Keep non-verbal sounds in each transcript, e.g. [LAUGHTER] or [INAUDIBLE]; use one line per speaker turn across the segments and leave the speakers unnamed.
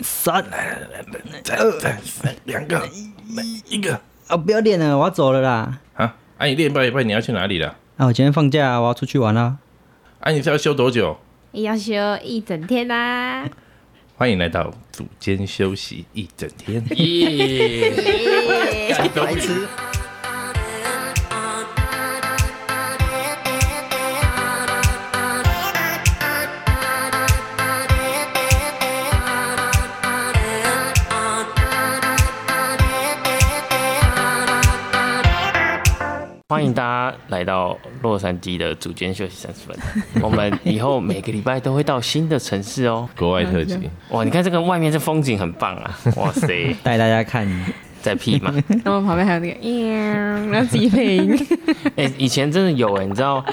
三，
二两个，一个
啊，呃不要练了，我要走了啦。
啊！啊，你练半一半你要去哪里了？
啊，我今天放假、我要出去玩啦、
啊，你是要休多久？
要休一整天啊啦、
欢迎来到组间休息一整天。
耶！
[LAUGHS] 白痴。
欢迎大家来到洛杉矶的组间休息三十分
[LAUGHS]
钟。我们以后每个礼拜都会到新的城市哦。
国外特辑，
哇，你看这个外面这风景很棒
[LAUGHS]
啊！哇塞，
带大家 [LAUGHS] 看，
在屁嘛？
[LAUGHS] 然后旁边还有那个，喵然后自己配音， [LAUGHS]
哎、以前真的有哎、你知道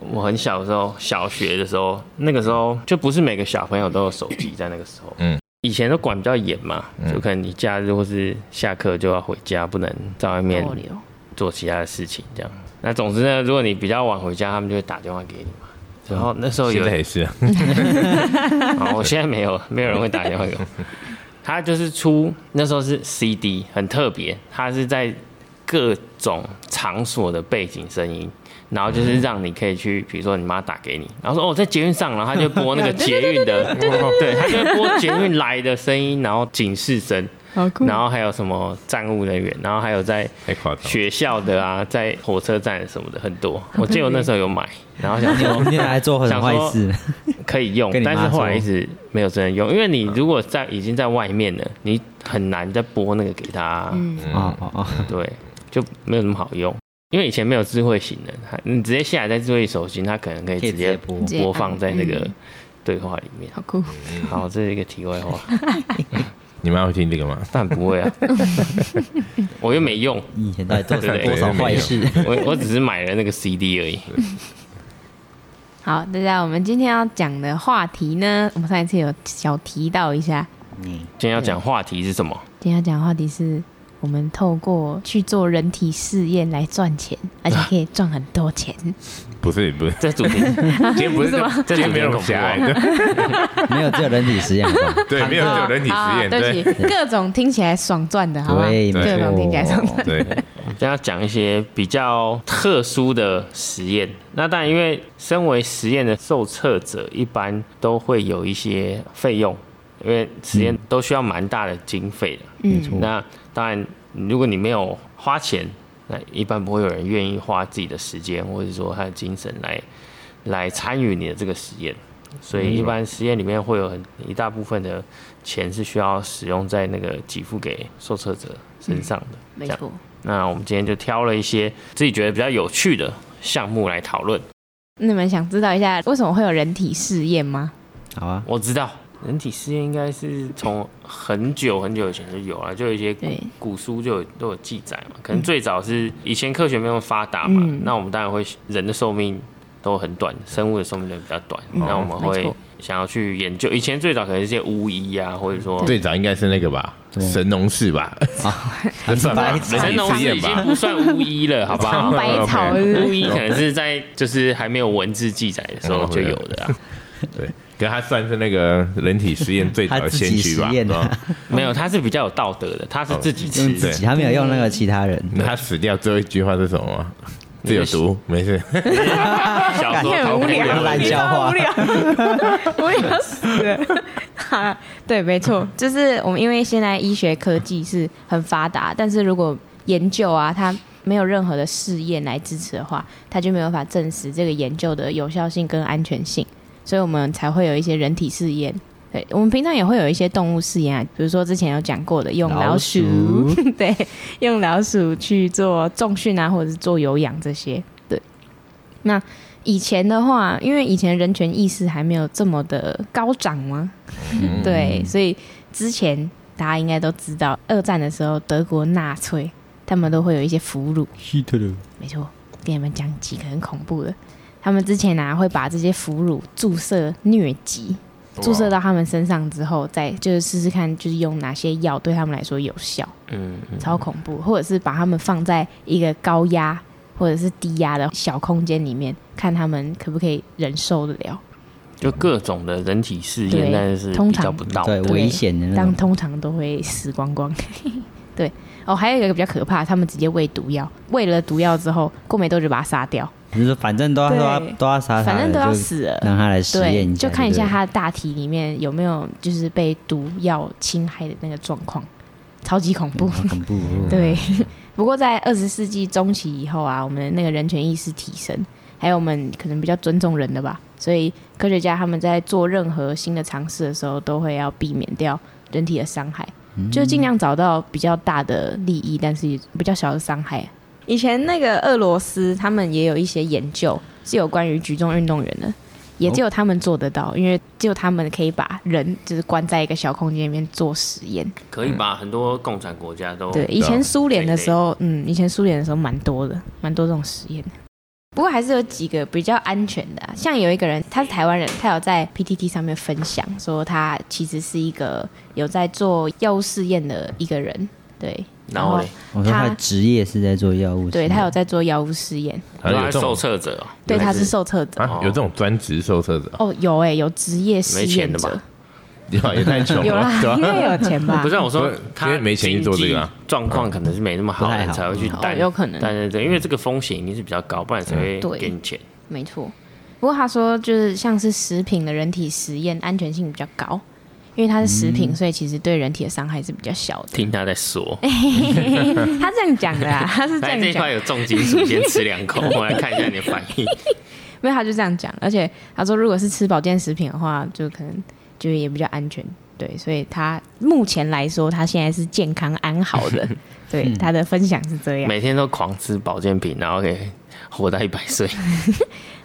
我很小的时候，小学的时候，那个时候就不是每个小朋友都有手机，在那个时候，
嗯
嗯，以前都管比较严嘛，就可能你假日或是下课就要回家，不能在外面
哦
逗留
做其他的事情这样。那总之呢，如果你比较晚回家，他们就会打电话给你嘛。然后那时候
现
有
在也是啊。
[LAUGHS] 啊，我现在没有，没有人会打电话 [LAUGHS] 给我。他就是出那时候是 CD，很特别，他是在各种场所的背景声音，然后就是让你可以去，比如说你妈打给你，然后说哦在捷运上，然后他就播那个捷运的，哦对，他就会播捷运来的声音，然后警示声，
好酷。
然后还有什么站务人员，然后还有在
太夸张了
学校的啊，在火车站什么的很多。我记得我那时候有买，然后想说
我们天来做很坏事，
可以用
跟，你妈
但是后来一直没有真的用，因为你如果在已经在外面了，你很难再播那个给他，
嗯
哦哦哦，
对，就没有那么好用。因为以前没有智慧型的，它你直接下载在智慧手机，它可能可以
可以直
直接
接播
直接按嗯
播放在那个对话里面。
好酷，
好，这是一个题外话，
你妈会听这个吗？
但不会啊， [LAUGHS] 我又没用，
你以前到底做了多少坏事？
我我只是买了那个 CD 而已。
好，大家，我们今天要讲的话题呢，我们上一次有小提到一下，
今天要讲话题是什么？
今天要讲的话题是我们透过去做人体试验来赚钱，而且可以赚很
[LAUGHS]
多钱。
不是，不是，
[LAUGHS]
这主题今天不是
吗
[LAUGHS] 这
今天
主题
没有那么
很恐怖
狭
啊
隘的，
没有，只有人体实验，好不好
对，
[LAUGHS]
没有没有人体实
啊
验，
对
对
不起，各种听起来爽赚的，
[LAUGHS]
好吧？
对，
各种听起来爽赚的。
对，
今天要讲一些比较特殊的实验。那当然，因为身为实验的受测者，一般都会有一些费用，因为实验都需要蛮大的经费的。
嗯
那当然，如果你没有花钱，那一般不会有人愿意花自己的时间或者说他的精神来来参与你的这个实验。所以，一般实验里面会有很一大部分的钱是需要使用在那个给付给受测者身上的。
没
这样
错。
那我们今天就挑了一些自己觉得比较有趣的项目来讨论。
那你们想知道一下为什么会有人体试验吗？
好啊，
我知道人体试验应该是从很久很久以前就有了，就有一些
对
古书就有都有记载嘛。可能最早是以前科学没有那么发达嘛，
嗯
那我们当然会人的寿命都很短，生物的寿命都比较短，那我们
嗯没
会
错
想要去研究。以前最早可能是一些巫医啊，或者说
最早应该是那个吧，神农氏吧，这算吧，
白
人
痴
[LAUGHS] 神农
体实
氏
验
已经
吧，
不算巫医了，好
[LAUGHS]
不好？
百草是不
巫
是
医可能是在就是还没有文字记载的时候就有的啊，
对，可是他算是那个人体实验最早的先驱
他
吧
自己实验，的
哦
没有，他是比较有道德的，他是自己吃
用
嗯
自
的，
己，他没有用那个其他人，
那他死掉最后一句话是什么吗？这有毒，没事。
小时候
很 [LAUGHS] 无聊
烂笑话
无，聊， [LAUGHS] 无聊死了。哈对，没错，就是我们因为现在医学科技是很发达，但是如果研究啊，它没有任何的试验来支持的话，它就没有办法证实这个研究的有效性跟安全性，所以我们才会有一些人体试验。对，我们平常也会有一些动物试验啊，比如说之前有讲过的，用老
老
鼠， [LAUGHS] 对，用老鼠去做重训啊，或者是做有氧这些。对，那以前的话，因为以前人权意识还没有这么的高涨嘛， [LAUGHS]
嗯
对，所以之前大家应该都知道，二战的时候德国纳粹他们都会有一些俘虏，
希特勒，
没错，给你们讲几个很恐怖的。他们之前啊会把这些俘虏注射疟疾， [LAUGHS] 注
哦
射到他们身上之后，再就是试试看，就是用哪些药对他们来说有效，
嗯，
超恐怖。或者是把他们放在一个高压或者是低压的小空间里面，看他们可不可以忍受得了。
就各种的人体试验，
对
但是
通
比
常
较不到
对
的。
危险的那
但
种。
通常都会死光光。 [LAUGHS] 对，哦，还有一个比较可怕，他们直接喂毒药，喂了毒药之后，过没多久把它杀掉，
你说反正都要都要
对
都要杀他的，
反正都要
就
死了。
让他来实
对
验，一下，
就看一下
对了
他的大体里面有没有就是被毒药侵害的那个状况，超级恐怖。
好恐怖。
对，不过在二十世纪中期以后啊，我们的那个人权意识提升，还有我们可能比较尊重人的吧，所以科学家他们在做任何新的尝试的时候，都会要避免掉人体的伤害，
嗯
就尽量找到比较大的利益，但是比较小的伤害。以前那个俄罗斯，他们也有一些研究是有关于举重运动员的，也只有他们做得到，因为只有他们可以把人就是关在一个小空间里面做实验。
可以吧？很多共产国家都
对，以前苏联的时候，嗯，以前苏联的时候蛮多的，蛮多这种实验的。不过还是有几个比较安全的啊、像有一个人，他是台湾人，他有在 PTT 上面分享说，他其实是一个有在做药物试验的一个人，对，
然后嘞，
我说他
他
的职业是在做药物，
对他有在做药物试验，
还有
他
这
是受
种
测者哦，
对，
原来
他是受测者，
啊，有这种专职受测者，
哦，有哎、有职业试
没
验
钱的
者
吧，？
啊也太穷
[LAUGHS] 有啦
[LAUGHS]
了，，对
应
吧？
该有钱吧？
不是啊我说
不是，
他
因为没钱去做这个啊
经济状况可能是没那么好
不太，好
才会去担，
哦有可能
对对对，因为这个风险一定是比较高，不然
嗯
谁
对
会给你钱？
没错。不过他说，就是像是食品的人体实验，安全性比较高，因为它是食
嗯
品，所以其实对人体的伤害是比较小
[LAUGHS]
的。
听他
[LAUGHS]
在说，
他这样讲的、
[LAUGHS]
啊，他哎是这
来这
样
一
讲
块，有重金属，先吃两口，我来看一下你的反应。 [LAUGHS]
没有他就这样讲。而且他说，如果是吃保健食品的话，就可能就也比较安全。对，所以他目前来说，他现在是健康安好
[LAUGHS]
的。
嗯
对，他的分享是这样。
每天都狂吃保健品，然后给活到一百岁，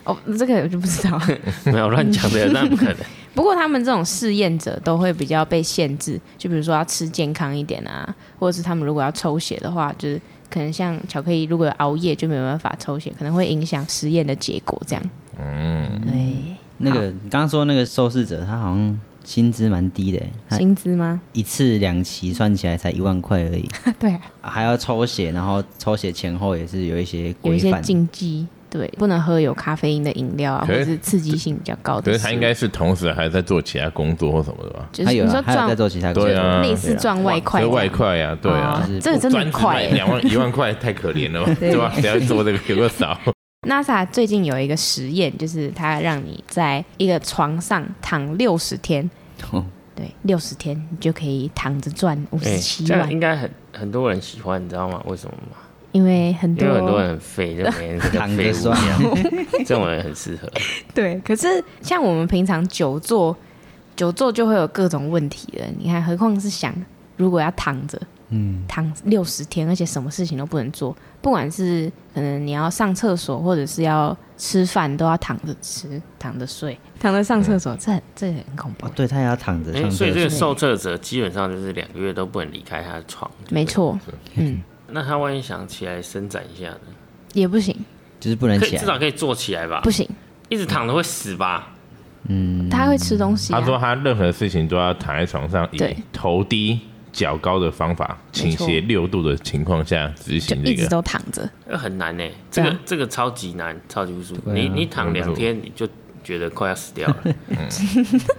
哦，这个我就不知道。
[LAUGHS]
没有乱讲的，那不可能。
不过他们这种试验者都会比较被限制，就比如说要吃健康一点啊，或者是他们如果要抽血的话，就是可能像巧克力如果有熬夜就没有办法抽血，可能会影响实验的结果这样。嗯，
那个你刚刚说那个受试者，他好像薪资蛮低的，
对，
他
薪
[LAUGHS]
资吗？
一次两期算起来才一万块
[LAUGHS]
而已，
对啊、
还要抽血，然后抽血前后也是有一些
有一
规
些
范。
禁忌，对，不能喝有咖啡因的饮料啊，或
可是
者是刺激性比较高
[LAUGHS] 可
的食物。
是他应该是同时还在做其他工作或什么的吧？
就是
他有
你
啊
说
还有在
赚
做其他工
对啊
作，
类似赚外快
这
这样，
外快呀，对啊
哦，这个真的
专
很
职
快
卖 [LAUGHS]
欸、
两万一万块太可怜了吧，
[LAUGHS]
对吧？谁要做这个有个少？
啊 NASA 最近有一个实验，就是它让你在一个床上躺六十天，
哦
对，六十天你就可以躺着赚五十
哎
七
这
万
样，应该很很多人喜欢，你知道吗？为什么吗？
因为很
因
多
为很多人很废，就每天是个
躺着
废物
算
一样。这种人很适
[LAUGHS]
合，哎
对，可是像我们平常久坐，久坐就会有各种问题了。你看，何况是想如果要躺着，嗯，躺六十天，而且什么事情都不能做，不管是可能你要上厕所，或者是要吃饭，都要躺着吃、躺着睡、躺着上厕所，这很这很恐怖
哦。 [LAUGHS] 对他也要躺着
哎，
上
所以这
厕
个
所，
受测者基本上就是两个月都不能离开他的床。
没错，
那他万一想起来伸展一下呢？
也不行，
就是不能
可以
起
至
来。
少可以坐起来吧
不？行，
一直躺着会死吧？
他会吃东西、啊。
他说他任何事情都要躺在床上，以
对
头低脚高的方法，倾斜六度的情况下执
就
行这
一直
个。
都躺着，
那很难呢，这
对啊
个这个超级难，超级不舒服。
对啊
你你躺两天你就觉得快要死掉了， [LAUGHS]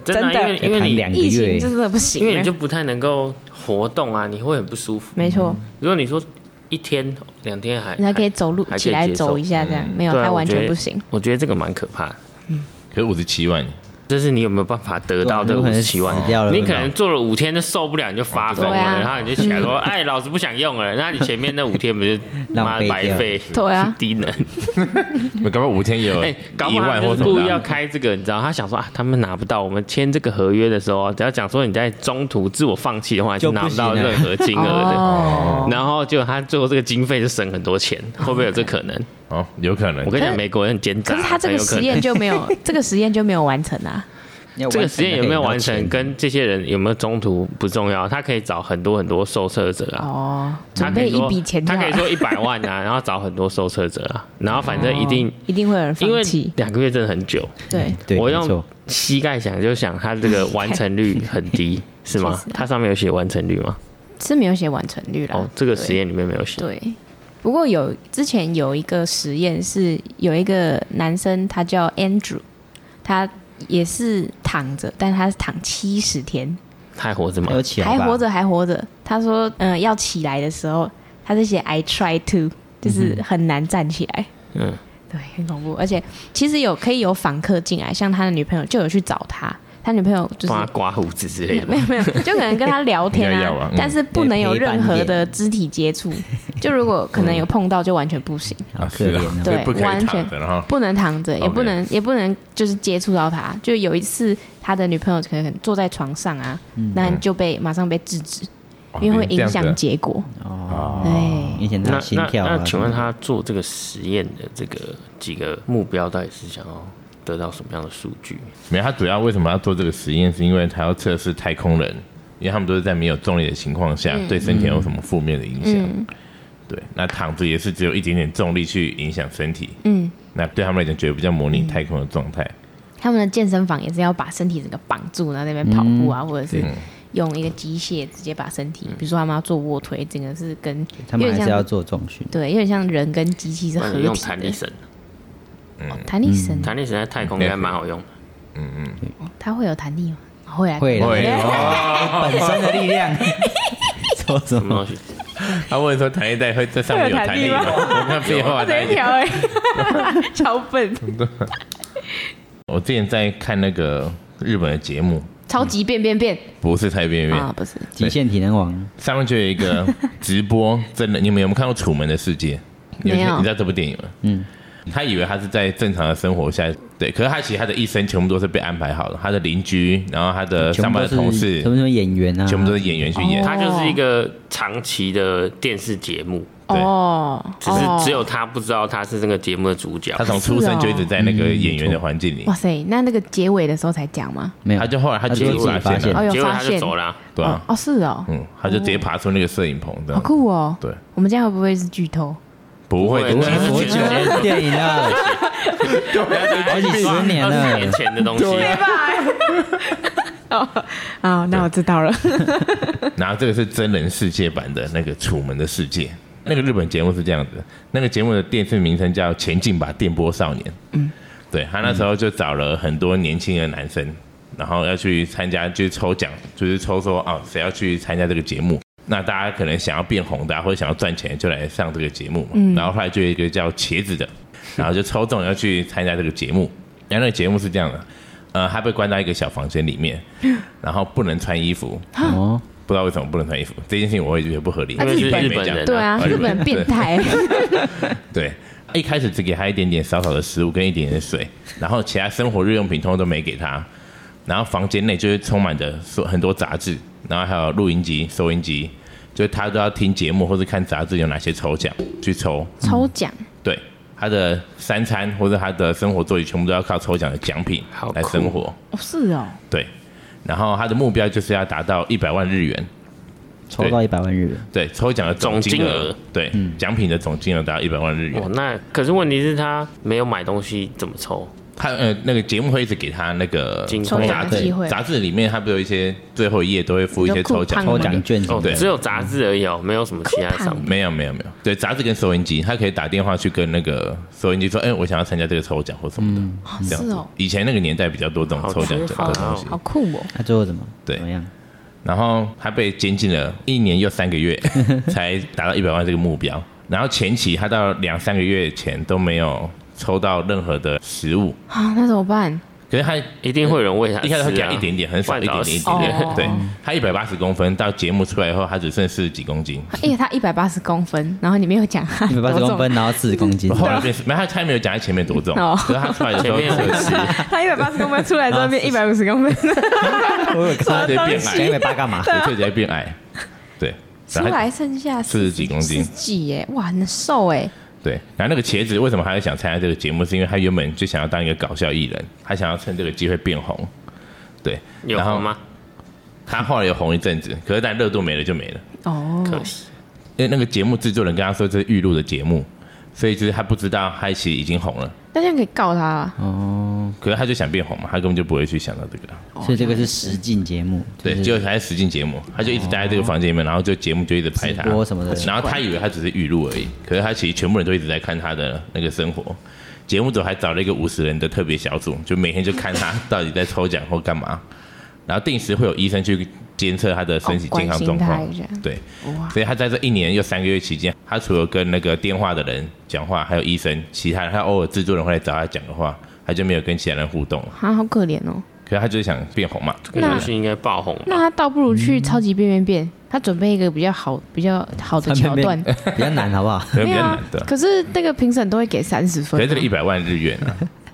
真的
真
啊，因
的
为因为
哎躺
你
两个
疫情
月，
真的不行
因
了，
为你就不太能够活动啊，你会很不舒服。
没错，
如果你说一天两天还
你还可以走路
还可以
起来
接受
走一下，这样没有，
对啊
他完
我觉
全
得
不行。
我觉得这个蛮可怕的，
可是五十七万，
就是你有没有办法得到这
有
五
可能
十七万
死？掉了
啊你可能做了五天就受不了，你就发疯了，
对啊
然后你就起来
[LAUGHS]
说：“哎，老子不想用了。”那你前面那五天不是
浪
妈
费
的
掉
白费？
对啊，
低能。
搞不好五天也有
哎，搞
一
不好他
万
们
呃
就
或
是
什
故
么
意
的
要
啊。
开这个，你知道？他想说啊，他们拿不到，我们签这个合约的时候，只要讲说你在中途自我放弃的话，
就
就
不
拿不到
行了
任何金额
[LAUGHS]
的。
哦，
然后就他最后这个经费就省很多钱，会不会有这可能？
哦，有可能
我。跟你讲，美国人很奸诈，
可是他这
很
个
有可
实
能
验就没有，
[LAUGHS]
这个实验就没有完成啊。
要
这个
完
实
成
验有没有完
才可以
成，
拿到钱
跟这些人有没有中途不重要，他可以找很多很多受测者啊。
哦，
他
准
可
备
以
一
说
笔钱就
他
好
可以
了， [LAUGHS]
说一百万啊，然后找很多受测者啊，然后反正一定，
一定会有人
因为
哦放弃。
两个月真的很久，
对，
对，
我
没
用
错
膝盖想就想，它这个完成率很
[LAUGHS]
低，是吗
确实啊？
它上面有写完成率吗？
是没有写完成率啦
哦。，这个实验里面没有写。
对，不过有之前有一个实验是有一个男生，他叫 Andrew，他也是躺着，但是他是躺七十天，
他还活着吗
还？有起来
还
吧
活着，还活着。他说，嗯、要起来的时候，他是写 I try to，就是很难站起来。
嗯，
对，很恐怖。而且其实有可以有访客进来，像他的女朋友就有去找他，他女朋友就是
帮他刮胡子之类的
没
吗。
有没有，就可能跟他聊天
应该
啊，
[LAUGHS] 要啊嗯
但是不能有任何的肢体接触。就如果可能有碰到，就完全不行，
好
啊
可
是
怜
啊
哦，
所以
对
不可
完
以
全
躺着，然后
不能躺着，也
嗯 OK
不能也不能就是接触到他。就有一次，他的女朋友可能坐在床上啊，那就被马上被制止，
嗯哦
因为会
这
影
样子
响结果。
哦，
对，
影响
那
到心
那
跳啊。
啊那，请问他做这个实验的这个几个目标，到底是想要得到什么样的数据？
没有，他主要为什么要做这个实验，是因为他要测试太空人，因为他们都是在没有重力的情况下，对身体有什么负面的影响。对，那躺着也是只有一点点重力去影响身体。嗯，那对他们来讲，觉得比较模拟太空的状态。
他们的健身房也是要把身体整个绑住，然后在那边跑步啊，或者是
对
用一个机械直接把身体，比如说他们要做卧推，整个是跟
他们
有
还
点
是要
像
做重
[LAUGHS]
训，
对，有点像人跟机器是
那
合
你
体
用弹力
的。
绳，
哦弹力绳，
弹力绳在太空应该蛮
[LAUGHS]
好用的。
它会有弹力吗？会啊， [LAUGHS]
会啦
会
本身的力 [LAUGHS] 量。说什
什么
么？
东西？
他问说弹力带会在上面有弹力吗？
会有
我看废话，弹力带
哎、 [LAUGHS] 超笨，
我之前在看那个日本的节目，
超级变变变
不是太边
啊
缘，，
不是，
极限体能王
上面就有一
[LAUGHS]
个直播，真的，你们有没有看过《楚门的世界》？
没有
你知道这部电影吗？嗯，他以为他是在正常的生活下，对，可是他其实他的一生全部都是被安排好的，他的邻居，然后他的
全
上
部
班
都
的
是
同事
全，部都是演员啊，
全部都是演员去演。
哦
它就是一个长期的电视节目，
对
哦，
只是
哦
只有他不知道他是这个节目的主角
他。从出生就一直在那
哦
个演员的环境里
嗯
哇，塞，那那个结尾的时候才讲吗？
没有，
他就后来他
就
结
自
果
己发
发现
现
了，
哦，
结
有
果
发
他就
现，
走啦、
对啊，
哦，是哦，
嗯，他就直接爬出那个摄影棚，这
好
样
酷哦，
对，
我们这样会不会是剧透？
不会，
不会
的，
多久的电影啊？
啊
好几十年
二十
了
年，前的东西，
啊
啊，那我知道了，
[LAUGHS] 然后这个是真人世界版的那个《楚门的世界》，那个日本节目是这样子，那个节目的电视名称叫《前进吧电波少年》。嗯，对他那时候就找了很多年轻的男生，然后要去参加，就是抽奖，就是抽说啊谁要去参加这个节目。那大家可能想要变红的啊、或者想要赚钱，就来上这个节目嘛。然后后来就有一个叫茄子的，然后就抽中要去参加这个节目。然后那个节目是这样的，呃，他被关到一个小房间里面，然后不能穿衣服，
哦，
不知道为什么不能穿衣服，这件事情我也觉得不合理，
因为是日
没
本
讲
人、
[LAUGHS]
对啊，
日
日
本
本变态，
对，一开始只给他一点点少少的食物跟一点点水，然后其他生活日用品通通都没给他，然后房间内就是充满着所很多杂志，然后还有录音机、收音机，就是他都要听节目或是看杂志有哪些抽奖去抽，
抽奖
对，他的三餐或者他的生活作息全部都要靠抽奖的奖品
好
来
酷
生活，
哦，是哦，
对，然后他的目标就是要达到一百万日元，
抽到一百万日元，
对，抽奖的总
总
金
金
额
额，
对，奖品的总金额达到一百万日元
哦，。那可是问题是他没有买东西，怎么抽？
他呃，那个节目会一直给他那个
金
抽
对
奖
杂
的
志
机，会，
杂志里面他不是有一些最后一页都会附一些抽奖
有
抽
酷胖的
奖券什
哦
么，
嗯
的，
啊
只有杂志而已哦，没有什么其他商品。
没有没有没有，对杂志跟收音机，他可以打电话去跟那个收音机说，哎、我想要参加这个抽奖或什么的，这样
是
子
哦。
以前那个年代比较多这种
好
抽奖
缺
这
乏
种东西，
好酷哦，
他最后怎么
对
怎么样？
然后他被监禁了一年又三个月，才达到一百万这个目标。然后前期他到两三个月前都没有抽到任何的食物，
啊，那怎么办？
可是他
一定会有人喂他吃啊，
一开始会给他一点点，很少一
万
点
早
点一点
死
哦
点。对他一百八十公分，到节目出来以后，他只剩四十几公斤。
哎，他一百八十公分，然后你没有讲他
一百八十
多重
公分，然后四十公
[LAUGHS]
斤，
后来变，没有他他没有讲他前面多重
哦，
可是他出来的时
前
候
面很
是
吃，
[LAUGHS] 他一百八十公分出来
[LAUGHS]
之后变一百五十公分，
我有看
直接
到
变
讲一百
矮，
八干嘛？
啊
对，直接变矮，对，
出
然后他
来剩下
四十几公
四
斤
十，几耶，哇，很瘦哎，
对。然后那个茄子为什么还会想参加这个节目？是因为他原本就想要当一个搞笑艺人，他想要趁这个机会变红，对。
哦有
然后
红吗？
他后来有红一阵子，可是但热度没了就没了。
哦，
可惜，
因为那个节目制作人跟他说这是预录的节目，所以就是他不知道他其实已经红了，
那这样可以告他啊。
哦，
可是他就想变红嘛，他根本就不会去想到这个。
所以这个是实境节目，
嗯
对，
就
就是还是实境节目，他就一直待在这个房间里面，
哦
然后就节目就一直拍他
直播什么的
然后他以为他只是预录而已，可是他其实全部人都一直在看他的那个生活，节目组还找了一个五十人的特别小组，就每天就看他到底在抽奖或干嘛，然后定时会有医生去监测他的身体
哦
健康状
关
况
心他一下，
对
哇，
所以他在这一年又三个月期间，他除了跟那个电话的人讲话，还有医生，其他人他偶尔制作人会来找他讲的话，他就没有跟其他人互动了，
啊，好可怜哦。
可是他就是想变红嘛，
这个游戏应该爆红
那
吧？
他倒不如
嗯
去超级变变变，他准备一个比较好、比较好的桥段。
比较难，好不
[LAUGHS]
好？
所以
没
比
有
较
啊
难的，。
可是那个评审都会给三十
可
分啊、
是这个一百万日元啊，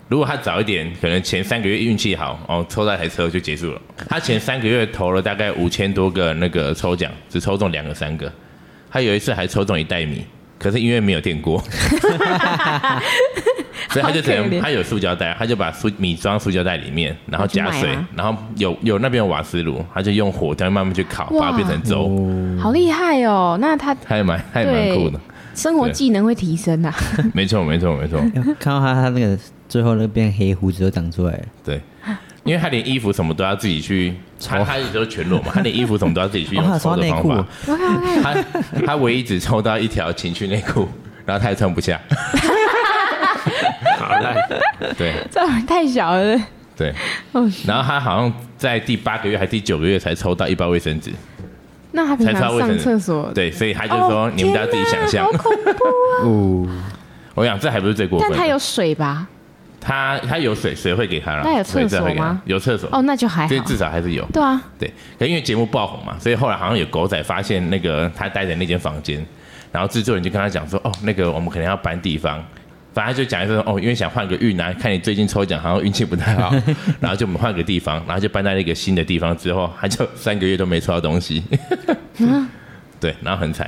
如果他早一点，可能前三个月运气好，哦，抽到一台车就结束了。他前三个月投了大概五千多个那个抽奖，只抽中两个三个。他有一次还抽中一袋米，可是因为没有电
[LAUGHS]
锅，所以他就只
好可
能
怜
他有塑胶袋，他就把塑米装塑胶袋里面，然后加水
去买啊，
然后有有那边有瓦斯炉，他就用火这样慢慢去烤，把它
哇
变成粥。
好厉害哦。那他
他也蛮他也蛮
对
酷的，
生活技能会提升啊。
[LAUGHS] 没错没错没错。
看到他他那个最后那个变黑胡子都长出来了，
对，因为他连衣服什么都要自己去，他他一直都全裸嘛，
[LAUGHS]
他连衣服什么都要自己去
哦他
用
有
抽
穿
的
内
方
裤
法
哦。
[LAUGHS] 我看我看，
他他唯一只抽到一条情趣内裤， [LAUGHS] 然后他也穿
[LAUGHS]
不下。
好来，
对
这玩意儿太小了。
对，
哦
然后他好像在第八个月还是第九个月才抽到一包卫生纸，
那他平
才抽到
常
卫
上
生
厕
纸。
所，
对，所以他就说
哦
你们大家自己想象。
哦，
我想这还不是最过分
但
的。
他有水吧？
他他有水，水会给他了。
那有
水
厕所
会给他
吗
有厕所。
哦，那就还好
所以。至少还是有。
对啊，
对，可因为节目爆红嘛，所以后来好像有狗仔发现那个他待的那间房间，然后制作人就跟他讲说，哦，那个我们可能要搬地方。反正他就讲一说，哦，因为想换个运啊，看你最近抽奖好像运气不太好，然后就我们换个地方，然后就搬到一个新的地方之后，他就三个月都没抽到东西， [LAUGHS] 对，然后很惨。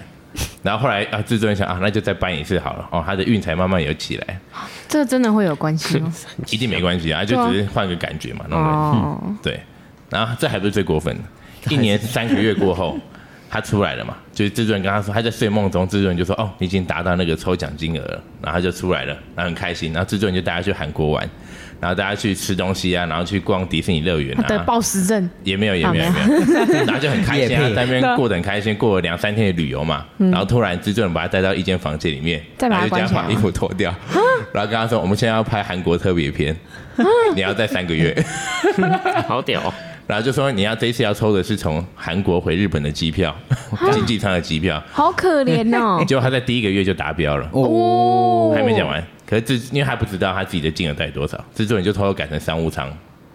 然后后来啊，制作人想啊，那就再搬一次好了。哦，他的运才慢慢有起来，
这个真的会有关系哦。
一定没关系啊，就只是换个感觉嘛，那种感觉。
哦，
对，然后这还不是最过分的，一年三个月过后，他出来了嘛，就是制作人跟他说，他在睡梦中，制作人就说，哦，你已经达到那个抽奖金额了，然后他就出来了，然后很开心，然后制作人就带他去韩国玩，然后带他去吃东西啊，然后去逛迪士尼乐园
他得
啊。
暴食症，
也没有，也
啊
没有，也没 [LAUGHS] 有，然后就很开心啊
也，配
在那边过得很开心，过了两三天的旅游嘛，然后突然制作人把他带到一间房间里面，
嗯再把
然
他
后就叫
关起来啊
把衣服脱掉，然后跟他说，我们现在要拍韩国特别篇，
啊
你要在三个月，
好屌哦，
然后就说你要这一次要抽的是从韩国回日本的机票，经济舱的机
[LAUGHS]
票。
好可怜哦。
结果他在第一个 [LAUGHS] 月就达标了，
哦，
还没讲。完。可是制因为他不知道他自己的金额带多少，制作人就偷偷改成商务舱，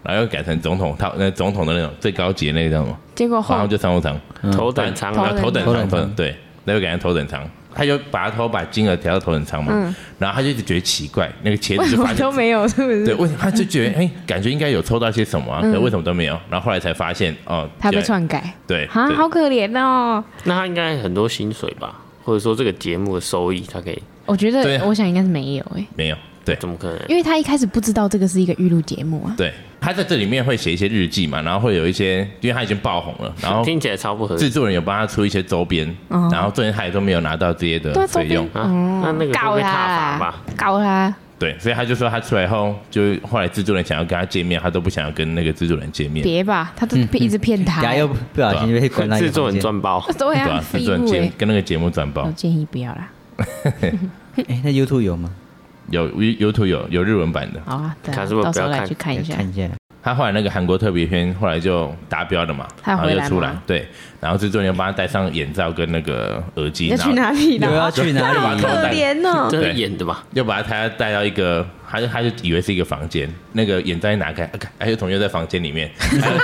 然后又改成总统套那总统的那种最高级的那个叫什么？
结果
然后
后
就商务舱，
头等舱
然
啊
后，头等
头等
舱
舱
分对，那就改成头等舱。他就把他偷把金额调到头等舱嘛，然后他就一直觉得奇怪，那个茄
为
子
什 [LAUGHS]
就发
嗯么
现
都没有？是不
对，
是？
为什么他就觉得哎、感觉应该有抽到些什么、啊，可为什么都没有？然后后来才发现哦，
嗯他被
原来
篡改
对，
啊，
对
好可怜哦。
那他应该很多薪水吧？或者说这个节目的收益，他可以
我觉
对
得
啊
我想应该是没有哎，
没有，对
怎么可能？
因为他一开始不知道这个是一个预录节目啊。
对，他在这里面会写一些日记嘛，然后会有一些，因为他已经爆红了，然后
听起来超不合
制
理
作人有帮他出一些周边，然后最近他也都没有拿到这些
嗯对啊
的
周
费
边
用，
啊！那那个会
告
被
他
踏伐
啦
吧？，
告他。
对，所以他就说他出来后，就后来制作人想要跟他见面，他都不想要跟那个制作人见面，
别吧，他都一直骗他
等。下又不小
啊
心就被关到一
制
个
作
房
人
间。
赚包，
对
对
啊，
啊，制作人
废物
节
欸
跟那个节目转
我
爆，
建议不要啦。
哎，那 YouTube 有吗？
有 YouTube 有有日文版的，
好啊，对啊
卡斯伯
到时候
不
来
要看
去看一下。
看一下。
他后来那个韩国特别篇后来就达标了嘛，
他
然后
回
就
来
出来
吗，
对，然后制作人又帮他戴上眼罩跟那个耳机，
要
然后
去哪里
有要
啦？
去哪
好
[LAUGHS]
里？
可怜哦，
这是
对
演的吧？
又把他带到一个，他就他就以为是一个房间，那个眼罩一拿开，啊看还有同学在房间里面， [LAUGHS] 还有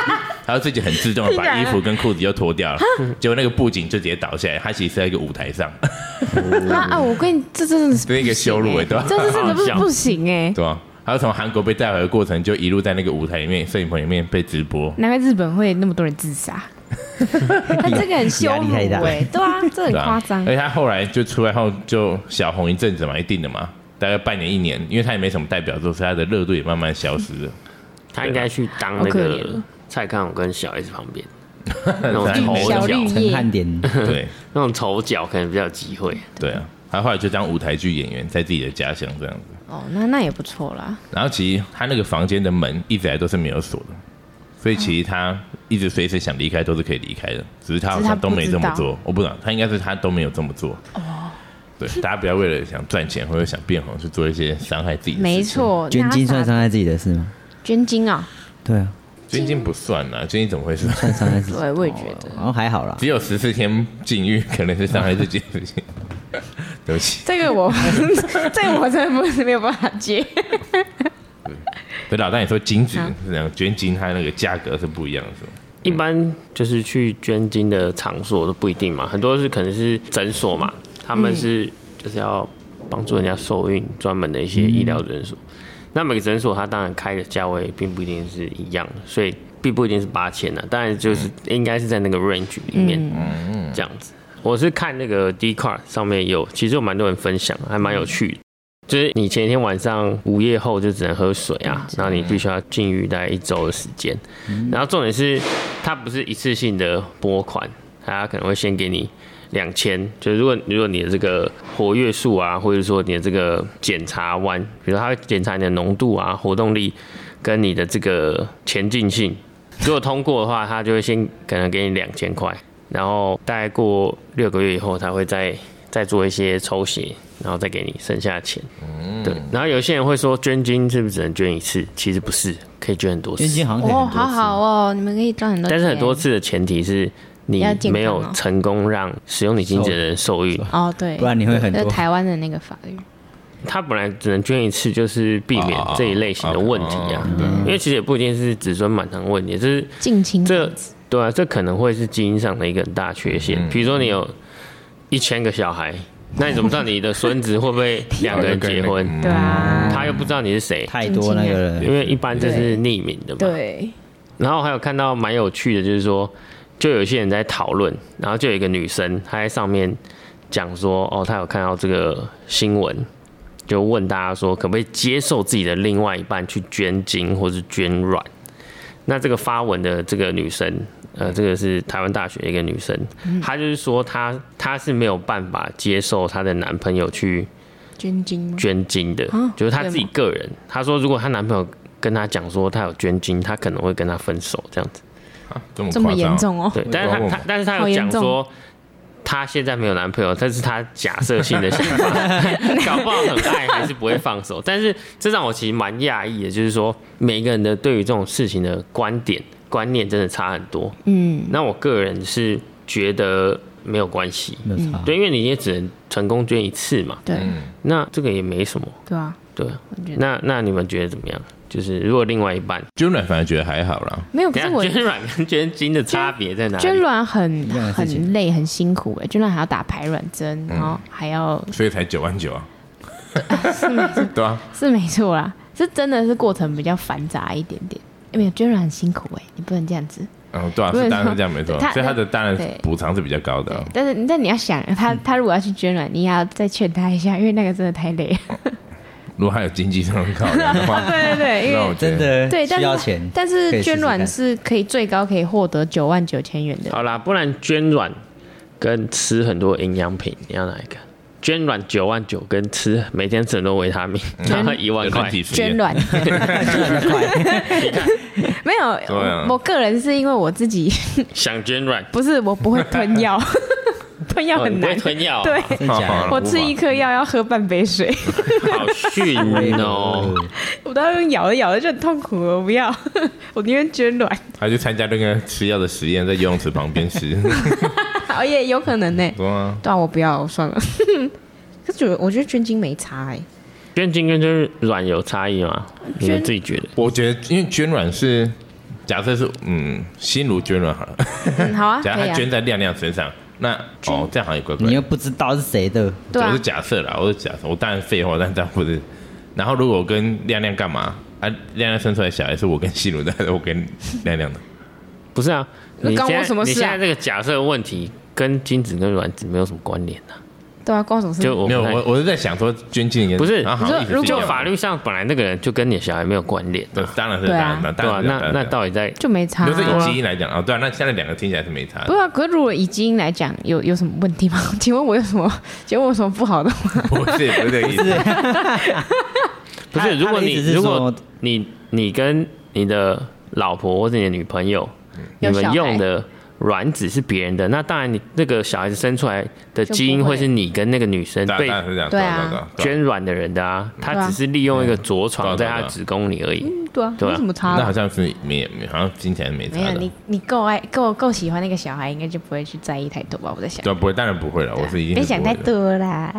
还有自己很自动的
竟
把
然
衣服跟裤子又脱掉了， [LAUGHS] 结果那个布景就直接倒下来，他其实在一个舞台上， [LAUGHS]
啊啊！我跟你这真的是欸
这是一个羞辱哎，对吧？
这是真的不是不行
[LAUGHS]
哎，
对吧？他就从韩国被带回的过程，就一路在那个舞台里面、摄影棚里面被直播，
难怪日本会那么多人自杀。他这个很
[LAUGHS]
羞
压力
辱
太大
哎，对啊，这很
对啊
夸张
而。且他后来就出来后就小红一阵子嘛，一定的嘛，大概半年一年，因为他也没什么代表作，所以他的热度也慢慢消
[LAUGHS]
失了。
他应该去当
好
那
可
个
怜
蔡康永跟小 S 旁 [LAUGHS] 边那种
绿
丑
小绿
角，
陈汉典，
对
那种丑角可能比较有机会。
对啊，他后来就当舞台剧演员，在自己的家乡这样子。
哦，那那也不错啦。
然后其实他那个房间的门一直以来都是没有锁的，所以其实他一直随时想离开都是可以离开的，只是他好像都没这么
只是他不知
做。我不知道，他应该是他都没有这么做。哦，对，大家不要为了想赚钱或者想变红去做一些伤害自己的事情。
没，错，
捐精算
NASA
伤害自己的事吗？
捐精啊，
对啊，
捐精不算啊，捐精怎么会是？
算伤害自己。
对，我也觉得
然后哦还好啦，
[LAUGHS] 只有十四天禁欲可能是伤害自己的事情。对不起，
这个我 [LAUGHS] 这个我真的不是 [LAUGHS] 没有办法接。
对老大，你说精子是这样，捐精它那个价格是不一样的，是吗？
一般就是去捐精的场所都不一定嘛，很多是可能是诊所嘛，他们是就是要帮助人家受孕专门的一些医疗诊所。那每个诊所它当然开的价位并不一定是一样的，所以并不一定是八千呢，当然就是应该是在那个 range 里面，这样子。我是看那个 d c a r 上面有，其实有蛮多人分享，还蛮有趣的。就是你前一天晚上午夜后就只能喝水啊，然后你必须要禁欲大概一周的时间，然后重点是它不是一次性的拨款，它可能会先给你两千，就是如果如果你的这个活跃数啊，或者说你的这个检查弯，比如它会检查你的浓度啊、活动力跟你的这个前进性，如果通过的话，它就会先可能给你两千块，然后大概过六个月以后，它会再再做一些抽血，然后再给你剩下的钱。对。然后有些人会说捐精是不是只能捐一次？其实不是，可以捐很多次。
捐精好像可以
哦，
很多
好好哦，你们可以赚很多钱，
但是很多次的前提是你
要健康哦
没有成功让使用你精子的人受孕。
哦，对，
不然你会很
这是
多。
台湾的那个法律，
他本来只能捐一次，就是避免
哦
这一类型的问题啊。因为其实也不一定是子孙满堂问题，就是
近亲
这
繁殖
对啊，这可能会是基因上的一个很大缺陷。比如说你有一千个小孩，那你怎么知道你的孙子会不会两个人结婚？
嗯
对啊，
他又不知道你是谁，
太多那个了，
因为一般这是匿名的嘛。
对，
然后还有看到蛮有趣的，就是说，就有一些人在讨论，然后就有一个女生她在上面讲说，哦，她有看到这个新闻，就问大家说，可不可以接受自己的另外一半去捐精或是捐卵？那这个发文的这个女生，呃，这个是台湾大学的一个女生，她就是说她她是没有办法接受她的男朋友去
捐精吗？
捐精的，就是她自己个人。她说，如果她男朋友跟她讲说她有捐精，她可能会跟她分手这样子。
啊这么
这么
夸张
严？重哦，
对，但是
我
她她但是她有
好
讲
严重
说。她现在没有男朋友，但是她假设性的想法，
[LAUGHS]
搞不好很爱还是不会放手。但是这让我其实蛮讶异的，就是说每个人的对于这种事情的观点观念真的差很多。
嗯，
那我个人是觉得没有关系，
没有差。
对，因为你也只能成功捐一次嘛，
对，
那这个也没什么。
对啊，
对
觉得，
那那你们觉得怎么样？就是如果另外一半，
捐卵反而觉得还好啦，
没有，可
等
是
一 [LAUGHS]
我
下捐卵跟捐精的差别在哪里？
捐卵很
样的事情
很累，很辛苦哎，捐卵还要打排卵针，然后还要
所以才九万九
[LAUGHS]
啊。对啊，
是没错啦， [LAUGHS] 是真的是过程比较繁杂一点点。哎没有捐卵很辛苦哎，你不能这样子。
嗯，对啊，
不是
是当然
说
是这样没错
对，他
所以他的当然
对
补偿是比较高的啊
对。，但是但你要想，他他如果要去捐卵，你也要再劝他一下，因为那个真的太累了。
如果他有经济上的考量的话，
[LAUGHS] 对对对，因
那
为
我觉
真
得
的
[LAUGHS] 对，但
需要
是
钱，
但
可以
是
试试
捐卵
看
是可以最高可以获得九万九千元的，
好啦，不然捐卵跟吃很多营养品，你要哪一个？捐卵九万九，跟吃每天吃很多维他命，
嗯
然后一万
有
块
人，体实验
捐
[LAUGHS]
卵
赚得 [LAUGHS] 快，
没有。
对啊
我我个人是因为我自己 [LAUGHS]
想捐卵，
不是我不会吞
[LAUGHS]
药，吞药
哦你
很
不会
难。
吞药啊，
对，
真
[LAUGHS]
假的？
我吃一颗药要喝半杯水，
好逊哦。
[LAUGHS] 我都要用咬的咬的就很痛苦了，我不要， [LAUGHS] 我宁愿捐卵。
他去参加那个吃药的实验，在游泳池旁边
[LAUGHS]
吃，
哦，也有可能呢、
对啊，
对啊，我不要，算了。 [LAUGHS] 可是我我觉得捐精没差哎、
捐精跟捐卵有差异吗？你们自己觉得？
我觉得因为捐卵是。假设是嗯，心如捐卵好了，
嗯，好啊，可
假如
以
他
啊。
捐在亮亮身上，那哦，这样好像也怪怪
你
的
又。不知道是谁的，
对
我
啊
是，假设啦，我是假设，我当然废话，但这样不是。然后如果我跟亮亮干嘛啊？亮亮生出来小孩是我跟西鲁的，还是我跟 [LAUGHS] 亮亮的？
不是啊，
那
你
关我
现在
什么事啊
你现在这个假设问题跟精子跟卵子没有什么关联啊。
对啊，关我什么事？
就我
没有，
不太
我我是在想说捐精跟
不是
啊，好
你说
像意思
如
是一
就
样的
法律上本来那个人就跟你的小孩没有关联，
对，当然是
对
当
啊
然的，
对
当
吧、
然
那那
到
到底在
就没差、啊。
就是以基因来讲啊，对啊，那现在两个听起来是没差
不
的，
是啊，可是如果以基因来讲，有有什么问题吗？ [LAUGHS] 请问我有什么？请问我有什么不好的吗？
不是不是这个意思，
不
他
是？如
他
果
的
你
意思是
如果
说
你你跟你的老婆或者你的女朋友，你
有
们
小孩
用的卵子是别人的，那当然你那个小孩子生出来的
就不
基因
会
会是你跟那个女生
当
被
当然是这样，
对啊
啊，对啊对啊
捐卵的人的啊，
对
他
啊
只是利用一个着
对
床
啊
在
对啊
他
对啊
子宫里而已。
对啊，
对啊
有什么差
那好
啊？
像是没有，没有好像听起来没差
没有
的
你，你够爱够够喜欢那个小孩，应该就不会去在意太多吧？我在想，
对啊，不会，当然不会了，我是一定
别
是
想
不会
太
的。
多啦，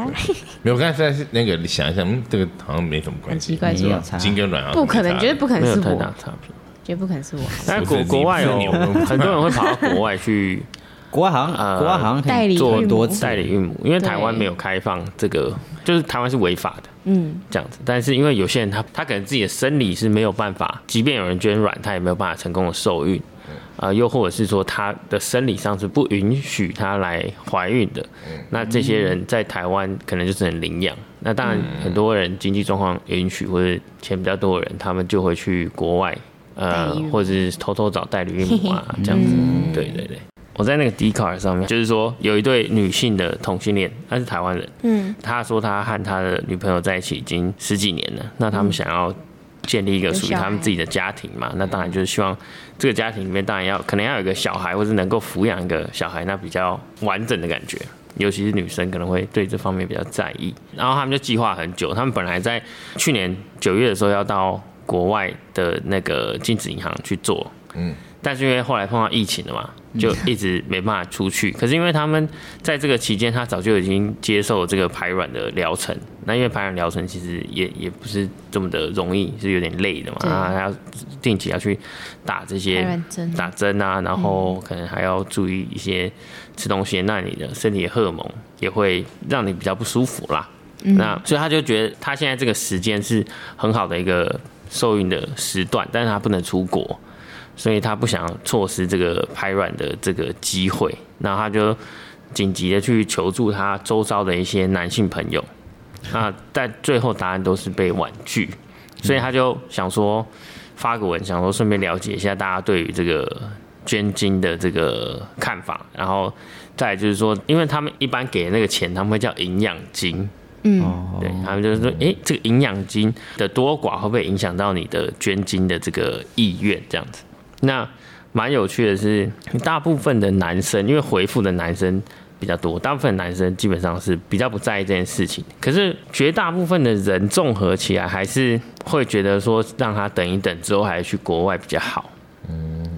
没有，我刚才是那个想一想，嗯，这个好像没什么关
很奇
系，
怪，
没
是
有
吧？
差，
金跟卵啊，
不可能，绝对不可
没
能
有
是
太
我
大，差别。
绝不可能是我。
但
不是
国
你
国外
不是你
有
我
很多人会跑到国外去
国外好像、
呃
国外好像可以
代理
做
孕
多
母
次，
代理孕母，因为
对
台湾没有开放这个，就是台湾是违法的
嗯，
这样子。但是因为有些人他他可能自己的生理是没有办法，即便有人捐卵，他也没有办法成功的受孕。啊、又或者是说他的生理上是不允许他来怀孕的，那这些人在台湾可能就只能领养。那当然，很多人经济状况允许或者钱比较多的人，他们就会去国外，呃
代理孕，母
或者是偷偷找代理孕母啊，
[LAUGHS]
这样子。对对对，我在那个 d c a r 上面，就是说有一对女性的同性恋，她是台湾人，嗯，他说他和他的女朋友在一起已经十几年了，那他们想要建立一个属于他们自己的家庭嘛，那当然就是希望这个家庭里面当然要可能要有一个小孩，或是能够抚养一个小孩，那比较完整的感觉。尤其是女生可能会对这方面比较在意，然后他们就计划很久，他们本来在去年九月的时候要到国外的那个禁止银行去做，但是因为后来碰到疫情了嘛，就一直没办法出去。可是因为他们在这个期间，他早就已经接受这个排卵的疗程。那因为排卵疗程其实也也不是这么的容易，是有点累的嘛。
对
啊，还要定期要去打这些
排卵针
打针啊，然后可能还要注意一些吃东西，那你的身体的荷尔蒙也会让你比较不舒服啦。那所以他就觉得他现在这个时间是很好的一个受孕的时段，但是他不能出国，所以他不想错失这个排卵的这个机会，然后他就紧急的去求助他周遭的一些男性朋友，那但最后答案都是被婉拒，所以他就想说发个文，想说顺便了解一下大家对于这个捐精的这个看法，然后再来就是说，因为他们一般给的那个钱，他们会叫营养金，
哦，
对他们就是说，诶，这个营养金的多寡会不会影响到你的捐精的这个意愿？这样子，那蛮有趣的是，大部分的男生因为回复的男生比较多，大部分的男生基本上是比较不在意这件事情，可是绝大部分的人综合起来还是会觉得说，让他等一等之后还是去国外比较好。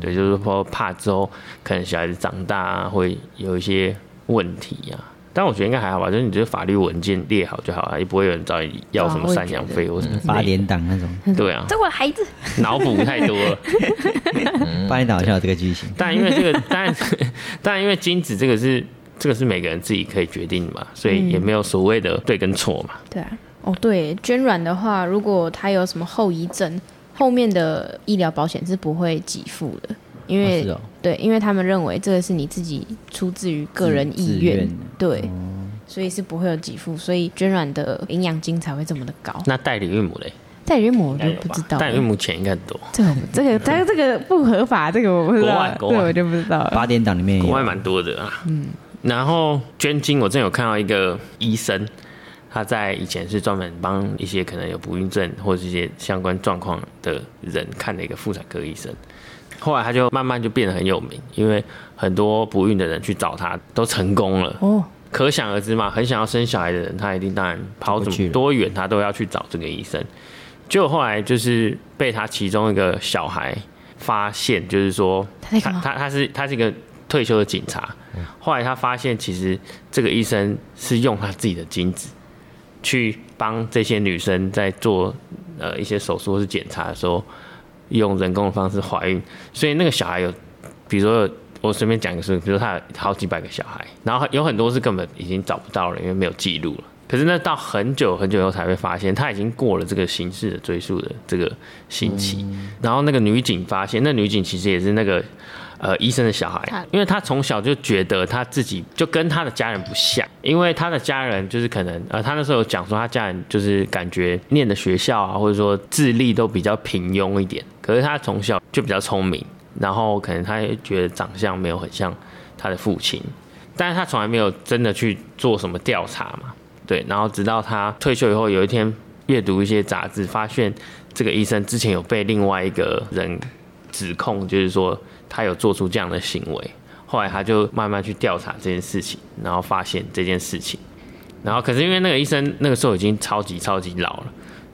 对，就是说怕之后可能小孩子长大、啊、会有一些问题呀、但我觉得应该还好吧，就是你这法律文件列好就好了，也不会有人找你要什么赡养费或什么之类的
嗯八点档那种，
对
[LAUGHS]
啊，
这我的孩子，
脑补太多了。
八点档好像有这个剧情，
但因为这个， [LAUGHS] 但但因为精子这个是这个是每个人自己可以决定的嘛，所以也没有所谓的对跟错嘛。
对啊，哦对，捐卵的话，如果他有什么后遗症，后面的医疗保险是不会给付的，因为、
哦是哦
对，因为他们认为这个是你自己出自于个人
自
意
自
愿
愿的，哦
对。所以是不会有给付，所以捐卵的营养金才会这么的高。
那代理孕母嘞，
代理孕母我
应
就
该有
嗯不
吧
知道了，
代理孕母钱应该很多，
这
[LAUGHS]
个我这个但是这个不合法，这个我不知
国
道
外，国
对
外
我就不知道了。
八点档里面也
国
有
外蛮多的啊。嗯，然后捐精，我真有看到一个医生，他在以前是专门帮一些可能有不孕症或者是一些相关状况的人看的一个妇产科医生。后来他就慢慢就变得很有名，因为很多不孕的人去找他都成功了。
哦，
可想而知嘛，很想要生小孩的人，他一定当然跑怎
都去
么
了
多远，他都要去找这个医生。结果后来就是被他其中一个小孩发现，就是说
他在
他
干嘛
他他是他是一个退休的警察，后来他发现其实这个医生是用他自己的精子去帮这些女生在做呃一些手术或是检查的时候，用人工的方式怀孕，所以那个小孩有，比如说有我随便讲一个数，比如说他有好几百个小孩，然后有很多是根本已经找不到了，因为没有记录了。可是那到很久很久以后才会发现，他已经过了这个刑事的追诉的这个刑期。然后那个女警发现，那女警其实也是那个呃医生的小孩
他，
因为他从小就觉得他自己就跟他的家人不像，因为他的家人就是可能呃，他那时候有讲说他家人就是感觉念的学校啊，或者说智力都比较平庸一点，可是他从小就比较聪明，然后可能他也觉得长相没有很像他的父亲，但是他从来没有真的去做什么调查嘛，对，然后直到他退休以后，有一天阅读一些杂志，发现这个医生之前有被另外一个人指控，就是说他有做出这样的行为。后来他就慢慢去调查这件事情，然后发现这件事情，然后可是因为那个医生那个时候已经超级超级老了，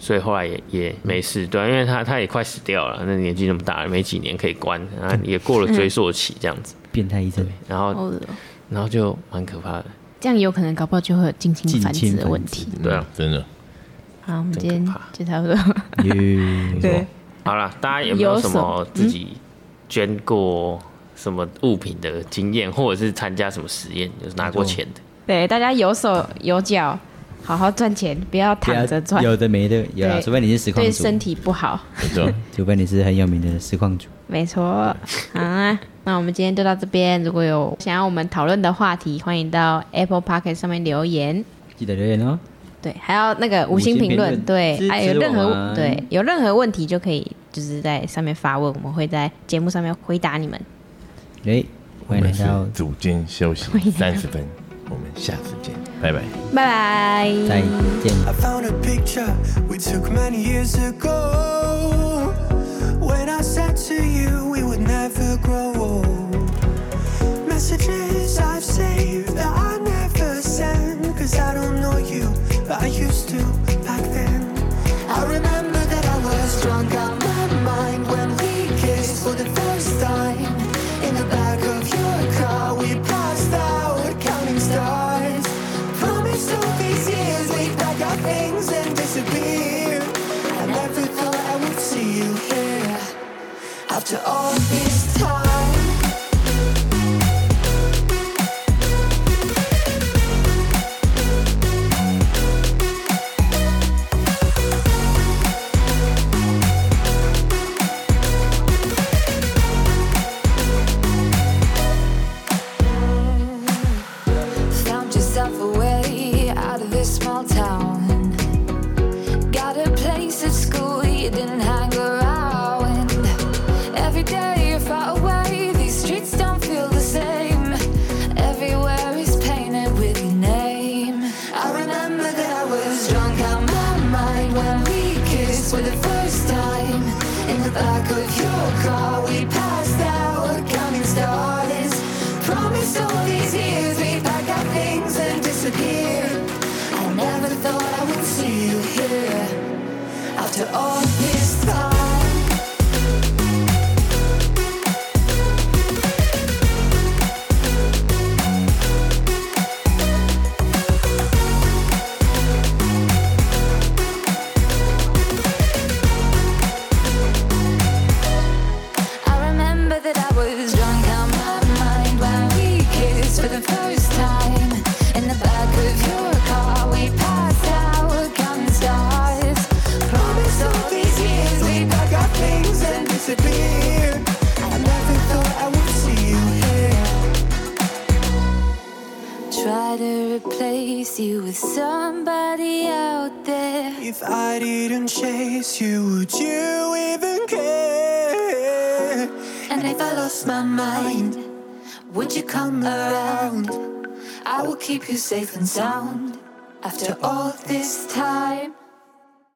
所以后来也也没事，对啊、因为他他也快死掉了，那年纪那么大了，没几年可以关，然后也过了追溯期这样子，
变态医
[LAUGHS]
生，
然后
好恶哦
然后就蛮可怕的，
这样有可能搞不好就会有近亲
近
繁
亲
殖的
繁
问
殖
题。
对啊，真 [LAUGHS] 的，
好，我们今
真
天
可怕
就差不多。
耶
对，
好啦，大家有没有
有
什
什
么自己捐过什么物品的经验，或者是参加什么实验，就是拿过钱的？
对，大家有手有脚，好好赚钱，不要
不要
躺着赚。
有的没的，有啦，
对
除非你是实况
对
主
身，体不好。
没错。
除非你是很有名的实况主，
没错，好啊，那我们今天就到这边。如果有想要我们讨论的话题，欢迎到 Apple p o c k e t 上面留言。
记得留言哦。
对，还有那个五
五
星
星
评
评
论，
论
对，
支
还有
持
任
我
何
们
对有任何问题就可以就是在上面发问，我们会在节目上面回答你们。
哎，
我
欢迎
们
来
是
到，
组间休息三十分，我们下次见，拜拜。
拜拜，
再见。
I found a picture we took many years ago. When I said to you we would never grow old. Messages I've saved that I never send. Cause I don't know you, but I used to back then. I remember that I was drunk out my mind when we kissed for the first time. In the back of your car, we passed out counting stars. Promised all these years we'd pack our things and disappear. I never thought I would see you here. After all this time.
Found yourself a way out of this small town. Got a place at school you didn't hang around. Every day you're far away, these streets don't feel the same. Everywhere is painted with your name.
I remember that I was drunk out my mind when we kissed for the first time. In the back of your car, we passed out counting stars. Promised all these years we'd pack our things and disappear. I never thought I would see you here after all this time.
I remember that I was drunk out my mind when we kissed for the first time. In the back of your car, we passed out counting stars.
Promised all these years we'd pack our things and disappear. I never thought I would see you here.
Try to replace you with somebody out there.
If I didn't chase you, would you even care?
And if I lost my mind, would you come around? I will keep you safe and sound after all this time.